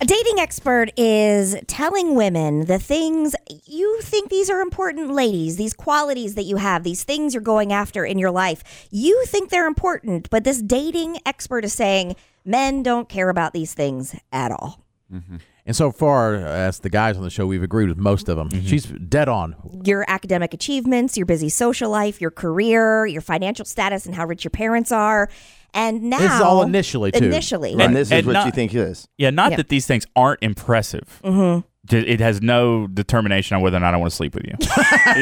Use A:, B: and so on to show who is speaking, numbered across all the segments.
A: A dating expert is telling women the things you think these are important, ladies, these qualities that you have, these things you're going after in your life. You think they're important, but this dating expert is saying men don't care about these things at all.
B: And so far, as the guys on the show, we've agreed with most of them.
C: Mm-hmm.
B: She's dead on.
A: your academic achievements, your busy social life, your career, your financial status, and how rich your parents are. And now,
B: This is all initially, too.
A: Initially,
D: Right.
C: And this is
D: And
C: what
D: not-
C: you think it is.
D: Yeah, not
A: Yeah.
D: that these things aren't impressive. Mm-hmm. It has no determination on whether or not I want to sleep with you.
E: yeah,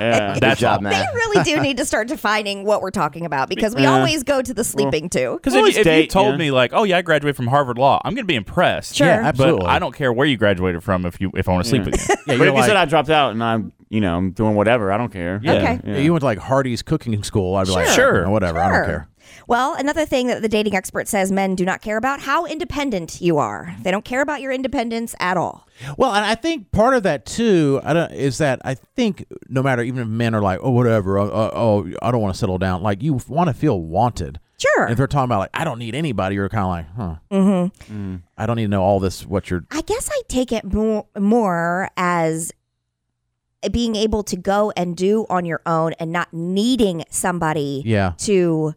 E: yeah.
C: Good
D: That's
C: job,
A: they
C: Matt.
A: really do need to start defining what we're talking about because we
E: Yeah.
A: always go to the sleeping too.
D: Because
E: Well,
D: if,
E: it's
D: you- if you
E: date,
D: told
E: yeah.
D: me like, oh yeah, I graduated from Harvard Law, I'm gonna be impressed.
A: Sure. Yeah,
B: absolutely.
D: But I don't care where you graduated from if you if I want to sleep with you.
B: Yeah,
E: but
B: you're
E: if you said
B: like-
E: I dropped out and I'm, you know, I'm doing whatever, I don't care. Yeah.
A: Okay.
B: Yeah, You went to like Hardy's cooking school. I'd be like,
D: Sure.
B: "Oh, whatever. I
A: Sure.
B: don't care.
A: Well, another thing that the dating expert says men do not care about how independent you are. They don't care about your independence at all.
B: Well, and I think part of that too I don't, is that I think no matter even if men are like, oh, whatever, oh, oh, oh, I don't want to settle down. Like you want to feel wanted.
A: Sure.
B: And if they're talking about like, I don't need anybody, you're kind of like, huh. Mm-hmm. I don't need to know all this. What you're
A: I guess I take it more, more as being able to go and do on your own and not needing somebody
B: Yeah.
A: to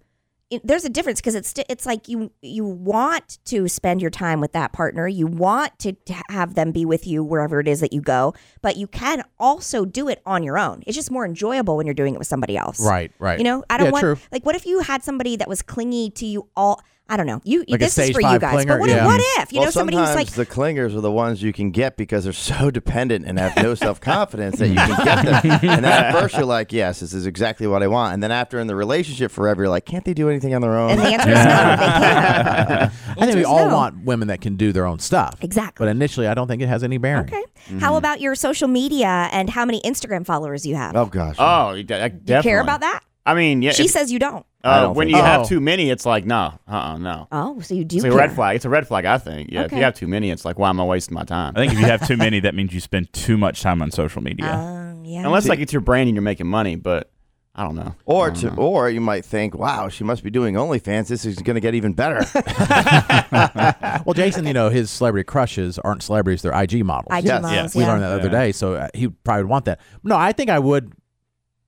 A: it- there's a difference because it's it's like you you want to spend your time with that partner you want to t- have them be with you wherever it is that you go but you can also do it on your own it's just more enjoyable when you're doing it with somebody else
B: right, right.
A: you know i don't
B: yeah,
A: want
B: True.
A: like what if you had somebody that was clingy to you all i don't know you
B: Like a
A: this is
B: stage
A: for you
B: five
A: guys but
B: clinger?
A: what, if,
B: Yeah.
A: what if you
C: well,
A: know somebody who's
C: sometimes
A: like
C: the clingers are the ones you can get because they're so dependent and have no self confidence that you can get them. And then at first you're like, yes, this is exactly what I want. And then after in the relationship forever, you're like, can't they do anything on their own?
A: and the answer is no they can't
B: I think we
A: is
B: all
A: no.
B: want women that can do their own stuff.
A: Exactly.
B: But initially, I don't think it has any bearing.
A: okay how about your social media and how many instagram followers you have
C: oh gosh.
E: Oh, you de-
A: do you
E: definitely.
A: care about that
E: I mean, yeah.
A: she
E: if-
A: says you don't
C: I
E: uh,
C: don't
E: when
C: think
E: you
B: so.
E: have
B: Oh.
E: too many, it's like no, uh, uh no.
A: Oh, so you do.
E: It's a
A: care.
E: red flag. It's a red flag. I think. Yeah. If
A: Okay.
E: you have too many, it's like why am I wasting my time?
D: I think if you have too many, that means you spend too much time on social
C: Uh,
D: media.
A: Um, yeah.
E: Unless like it's your brand and you're making money, but I don't know.
C: Or to, or you might think, wow, she must be doing OnlyFans. This is going to get even better.
B: Well, Jason, you know, his celebrity crushes aren't celebrities; they're IG models.
A: IG
C: Yes,
A: models.
E: yes.
B: We
A: Yeah.
B: learned that the other day, so uh, he probably would want that. No, I think I would.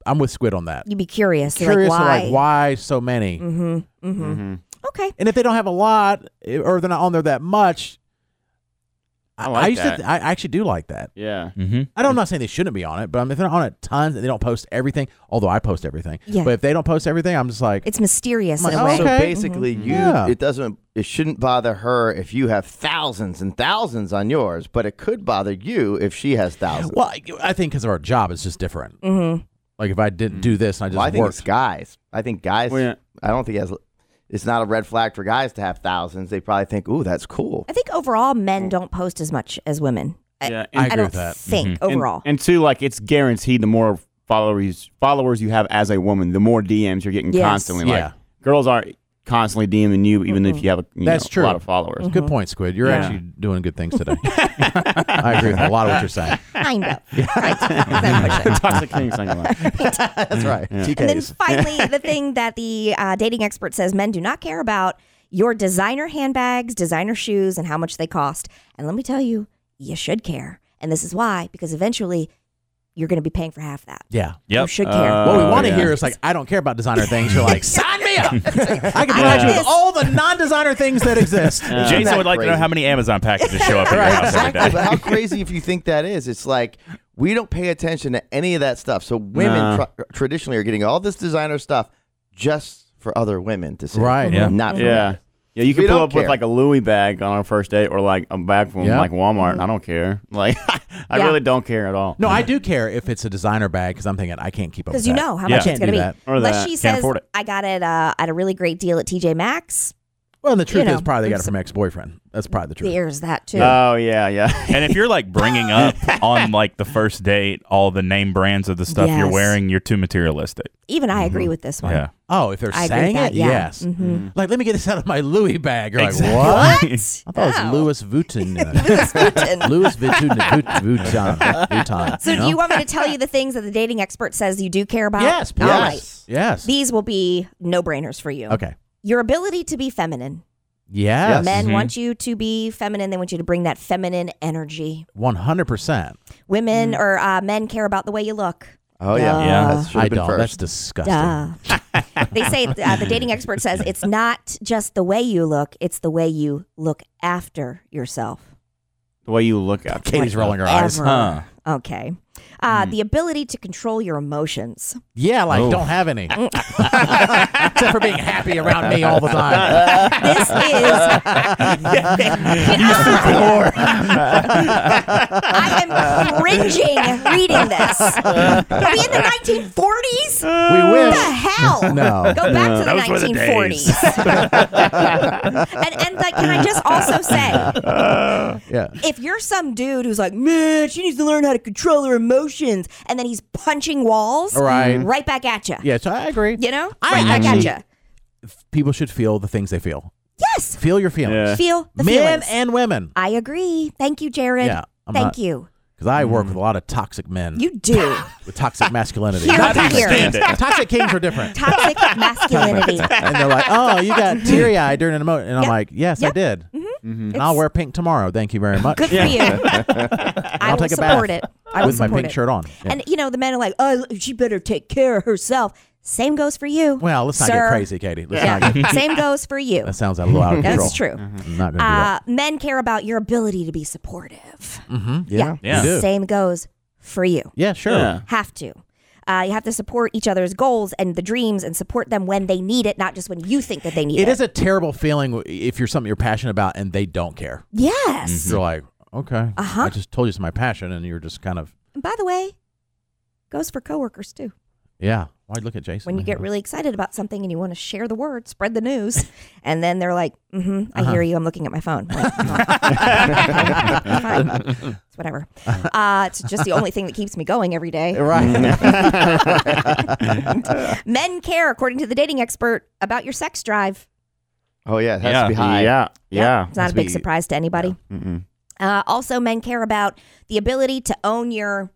B: I'm with Squid on that.
A: You'd be curious. You're
B: Curious,
A: like,
B: of,
A: why?
B: like why so many?
A: Mm-hmm. Mm-hmm. Okay.
B: And if they don't have a lot, eh, or they're not on there that much,
E: I like
B: used
E: that.
B: To, I actually do like that.
E: Yeah.
D: Mm-hmm.
B: I don't, I'm not saying they shouldn't be on it, but I mean, if they're on it tons and they don't post everything, although I post everything,
A: Yeah.
B: but if they don't post everything, I'm just like,
A: It's mysterious
B: I'm
A: in a way.
B: like,
A: Mm-hmm.
C: So
B: okay.
C: basically, you
B: Yeah.
C: it doesn't it shouldn't bother her if you have thousands and thousands on yours, but it could bother you if she has thousands.
B: well, I- I think because of our job, it's just different. Mm-hmm. Like if I didn't do this and I just
C: Mm. Well, I think
B: worked,
C: it's guys. I think guys.
E: Well, yeah.
C: I don't think as it's not a red flag for guys to have thousands. They probably think, "Ooh, that's cool."
A: I think overall, men don't post as much as women. I,
E: Yeah.
B: I
A: I,
B: agree
A: don't
B: with that.
A: think
E: And-
A: overall.
E: Mm-hmm. And, two, like it's guaranteed the more followers followers you have as a woman, the more DMs you're getting
A: Yes.
E: constantly. Like
B: Yeah.
E: girls are constantly DMing you, even if you have a, you
B: That's
E: know, a lot
B: true.
E: of followers.
A: Mm-hmm.
B: Good Mm-hmm. point, Squid. You're
E: Yeah.
B: actually doing good things today. I agree with a lot of what you're saying.
A: kind of. Right. Then push it.
E: Toxic King singing line.
C: That's right.
A: And then
C: TKs.
A: finally, the thing that the uh, dating expert says men do not care about your designer handbags, designer shoes, and how much they cost. And let me tell you, you should care. And this is why, because eventually, you're going to be paying for half that.
B: Yeah.
A: You
D: Yep.
A: should care.
B: What we
E: Oh,
B: want to
E: yeah.
B: hear is like, I don't care about designer things. You're like, sign me up. I can provide
A: like
B: you with
A: this.
B: all the non-designer things that exist.
D: Jason
C: that
D: would like to know
C: crazy?
D: how many Amazon packages show up at your house every
C: Exactly.
D: day.
C: But how crazy if you think that is? It's like we don't pay attention to any of that stuff. So women
E: Nah.
C: tr- traditionally are getting all this designer stuff just for other women to see,
B: Right. Yeah.
C: Not for
E: Yeah. Yeah, you can
C: We
E: pull
C: don't
E: up with
C: care.
E: like a Louis bag on our first date or like a bag from
B: Yeah.
E: like Walmart and I don't care. Like I
A: Yeah.
E: really don't care at all.
B: No, I do care if it's a designer bag because I'm thinking I can't keep up.
A: Because
B: Because
A: you know how
D: Uh, Yeah.
A: much it's
B: Can't
A: going to
B: do
A: be.
B: that.
E: Or
A: Unless
E: that.
A: she
E: Can't
A: says,
D: afford it.
A: I got it uh, at a really great deal at TJ Maxx.
B: Well, and the truth
A: you know,
B: is probably they got
A: it's-
B: it from ex-boyfriend. That's probably the truth.
A: There's that too.
E: Oh yeah, yeah.
D: And if you're like bringing up on like the first date all the name brands of the stuff you're
A: Yes.
D: wearing, you're too materialistic.
A: Even I agree with this one.
D: Yeah.
B: Oh, if they're
A: I agree with
B: Mm-hmm. saying
A: that,
B: it,
A: yeah. Mm. Mm-hmm.
B: yes. Mm-hmm.
E: Mm.
B: Like, let me get this out of my Louis bag. You're
D: Exactly.
B: like, what?
A: What?
B: I thought
A: Oh.
B: it was Louis Vuitton.
A: Putin.
B: Louis Vuitton. Vuitton. Vuitton.
A: so,
B: you know?
A: do you want me to tell you the things that the dating expert says you do care about?
B: Yes, please.
A: All right.
B: Yes.
A: These will be no brainers for you.
B: Okay.
A: Your ability to be feminine.
B: Yes.
A: Men want you to be feminine. They want you to bring that feminine energy.
B: 100%.
A: Women
B: Mm.
A: or uh, men care about the way you look.
C: Oh yeah,
A: Yeah.
C: That should
B: I
C: have been
B: don't. That's
C: first.
B: disgusting.
A: Duh. they say uh, the dating expert says it's not just the way you look; it's the way you look after yourself.
E: The way you look up.
B: Katie's rolling her eyes. Mm.
A: Ever.
D: Huh.
A: Okay. Uh, The ability to control your emotions.
B: Yeah, like
D: Oh.
B: don't have any.
A: Mm.
B: Except for being happy around me all the time.
A: This is I am cringing reading this. Are we in the 1940s?
B: we
A: What
B: wish.
A: the hell?
B: No.
A: Go back to the
D: Those were the
A: 1940s. and and like, can I just also say,
B: Yeah.
A: if you're some dude who's like, man, she needs to learn how to control her emotions, and then he's punching walls,
B: Right.
A: right back at you.
B: Yeah, so I agree.
A: You know,
B: I
A: right back at
B: actually-
A: you.
B: People should feel the things they feel.
A: Yes,
B: Feel your feelings.
E: Yeah.
A: feel the
B: Men
A: feelings.
B: and women.
A: I agree. Thank you, Jared.
B: Yeah, I'm
A: Thank
B: not-
A: you.
B: Because I work
C: Mm.
B: with a lot of toxic men
A: You do.
B: with toxic masculinity.
A: Here,
B: Not
A: here.
B: toxic kings. Toxic kings are different.
A: Toxic masculinity.
B: and they're like, "Oh, you got teary eye during an emotion," and I'm
A: Yep.
B: like, "Yes, I
A: Yep. Mm-hmm.
B: did." Mm-hmm. And I'll
A: It's-
B: wear pink tomorrow. Thank you very much.
A: Good for you. I will
B: I'll take a bath
A: support it. I will
B: with my
A: support
B: pink
A: it.
B: shirt on. Yeah.
A: And you know, the men are like, "Oh, she better take care of herself." Same goes for you.
B: well, let's not
A: sir.
B: get crazy, Katie. Let's not
A: Yeah.
B: get,
A: Same goes for you.
B: that sounds a little out of control.
A: That's true.
B: I'm not going to do that.
A: Uh, men care about your ability to be supportive.
C: yeah.
D: Yeah.
B: do.
A: Same goes for you.
B: Mm-hmm. Yeah, sure.
E: Yeah.
A: Have to. Uh, you have to support each other's goals and the dreams and support them when they need it, not just when you think that they need it.
B: It is a terrible feeling if you're something you're passionate about and they don't care.
A: Yes.
B: You're like, okay,
A: Uh-huh.
B: I just told you it's my passion, and you're just kind of,
A: And by the way, goes for coworkers too.
B: yeah. Why look at Jason?
A: When you get really excited about something and you want to share the word, spread the news, and then they're like, mm-hmm, I hear you. I'm looking at my phone. Like,
B: Oh,
A: Fine. It's whatever. Uh, it's just the only thing that keeps me going every day.
B: right?
A: Men care, according to the dating expert, about your sex drive.
C: Oh yeah, it has
D: Yeah.
C: to be high.
E: Yeah. Yeah.
A: It's not a
E: That's
A: big
E: what you-
A: surprise to anybody.
E: Mm-mm.
A: Uh, also, men care about the ability to own your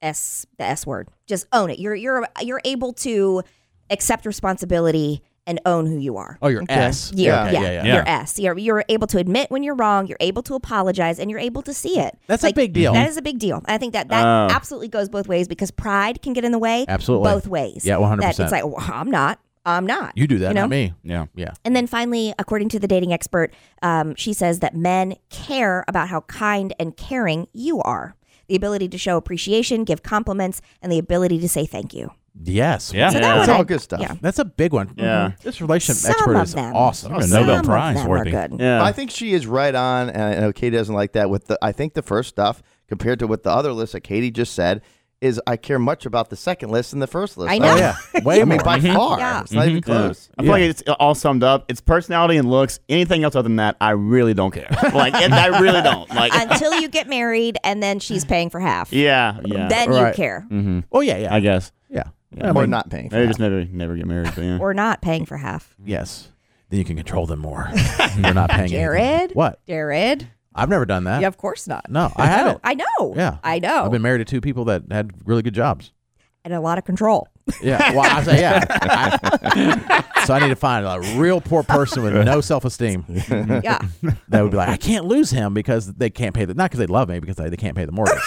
A: s the s word. Just own it. You're you're you're able to accept responsibility and own who you are.
B: oh, your ass.
A: Your,
C: Yeah.
B: Okay,
A: yeah,
B: yeah, yeah.
D: Yeah.
A: your s. You're you're able to admit when you're wrong. You're able to apologize, and you're able to see it.
B: That's
A: Like,
B: a big deal.
A: That is a big deal. I think that that
E: Oh.
A: absolutely goes both ways because pride can get in the way.
B: Absolutely.
A: both ways.
B: Yeah, 100%.
A: That It's like well, I'm not. I'm not.
B: you do that,
A: you know?
B: not me.
D: Yeah.
B: Yeah.
A: And then finally, according to the dating expert, um, she says that men care about how kind and caring you are. The ability to show appreciation, give compliments, and the ability to say thank you.
B: Yes.
D: Yeah.
A: So
D: Yeah.
A: that
C: It's
A: one
C: all
A: I-
C: good stuff.
A: Yeah.
B: That's a big one. Mm-hmm.
E: Yeah.
B: This relationship
A: Some
B: expert
A: of
B: is
A: them.
B: awesome.
D: You're a
A: Some
D: Nobel
A: of
D: Prize
A: them
D: worthy.
A: are good.
E: Yeah.
C: I think she is right on, and I know Katie doesn't like that. With the, I think the first stuff compared to what the other list that Katie just said is, I care much about the second list than the first list.
A: I
C: Like,
A: know.
B: Oh, yeah. Way
C: I
B: more. Mm-hmm.
C: mean, by far,
A: Yeah.
C: it's not even close.
E: I feel like it's all summed up. It's personality and looks. Anything else other than that, I really don't care. Like, and I really don't. Like,
A: Until you get married and then she's paying for half.
E: yeah, yeah.
A: Then you
B: Right.
A: care.
B: oh, yeah, yeah.
E: I guess.
B: yeah.
E: Yeah.
C: Or not paying. For
E: They
C: that.
E: just never, never get married. But yeah.
A: Or not paying for half.
B: Yes. Then you can control them more. They're not paying anything.
A: Jared?
B: What?
A: Jared?
B: I've never done that.
A: Yeah, of course not.
B: No, I haven't.
A: I know.
B: Yeah.
A: I know.
B: I've been married to two people that had really good jobs.
A: and a lot of control.
B: Yeah. Well, I say, yeah. I- so I need to find a real poor person with no self esteem
A: yeah.
B: that would be like, I can't lose him because they can't pay the, not because they love me, because they, they can't pay the mortgage.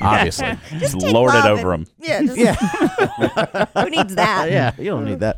B: Obviously.
D: Just lord it
A: Love
D: over them.
A: Yeah. just- who needs that?
B: Yeah. You don't need that.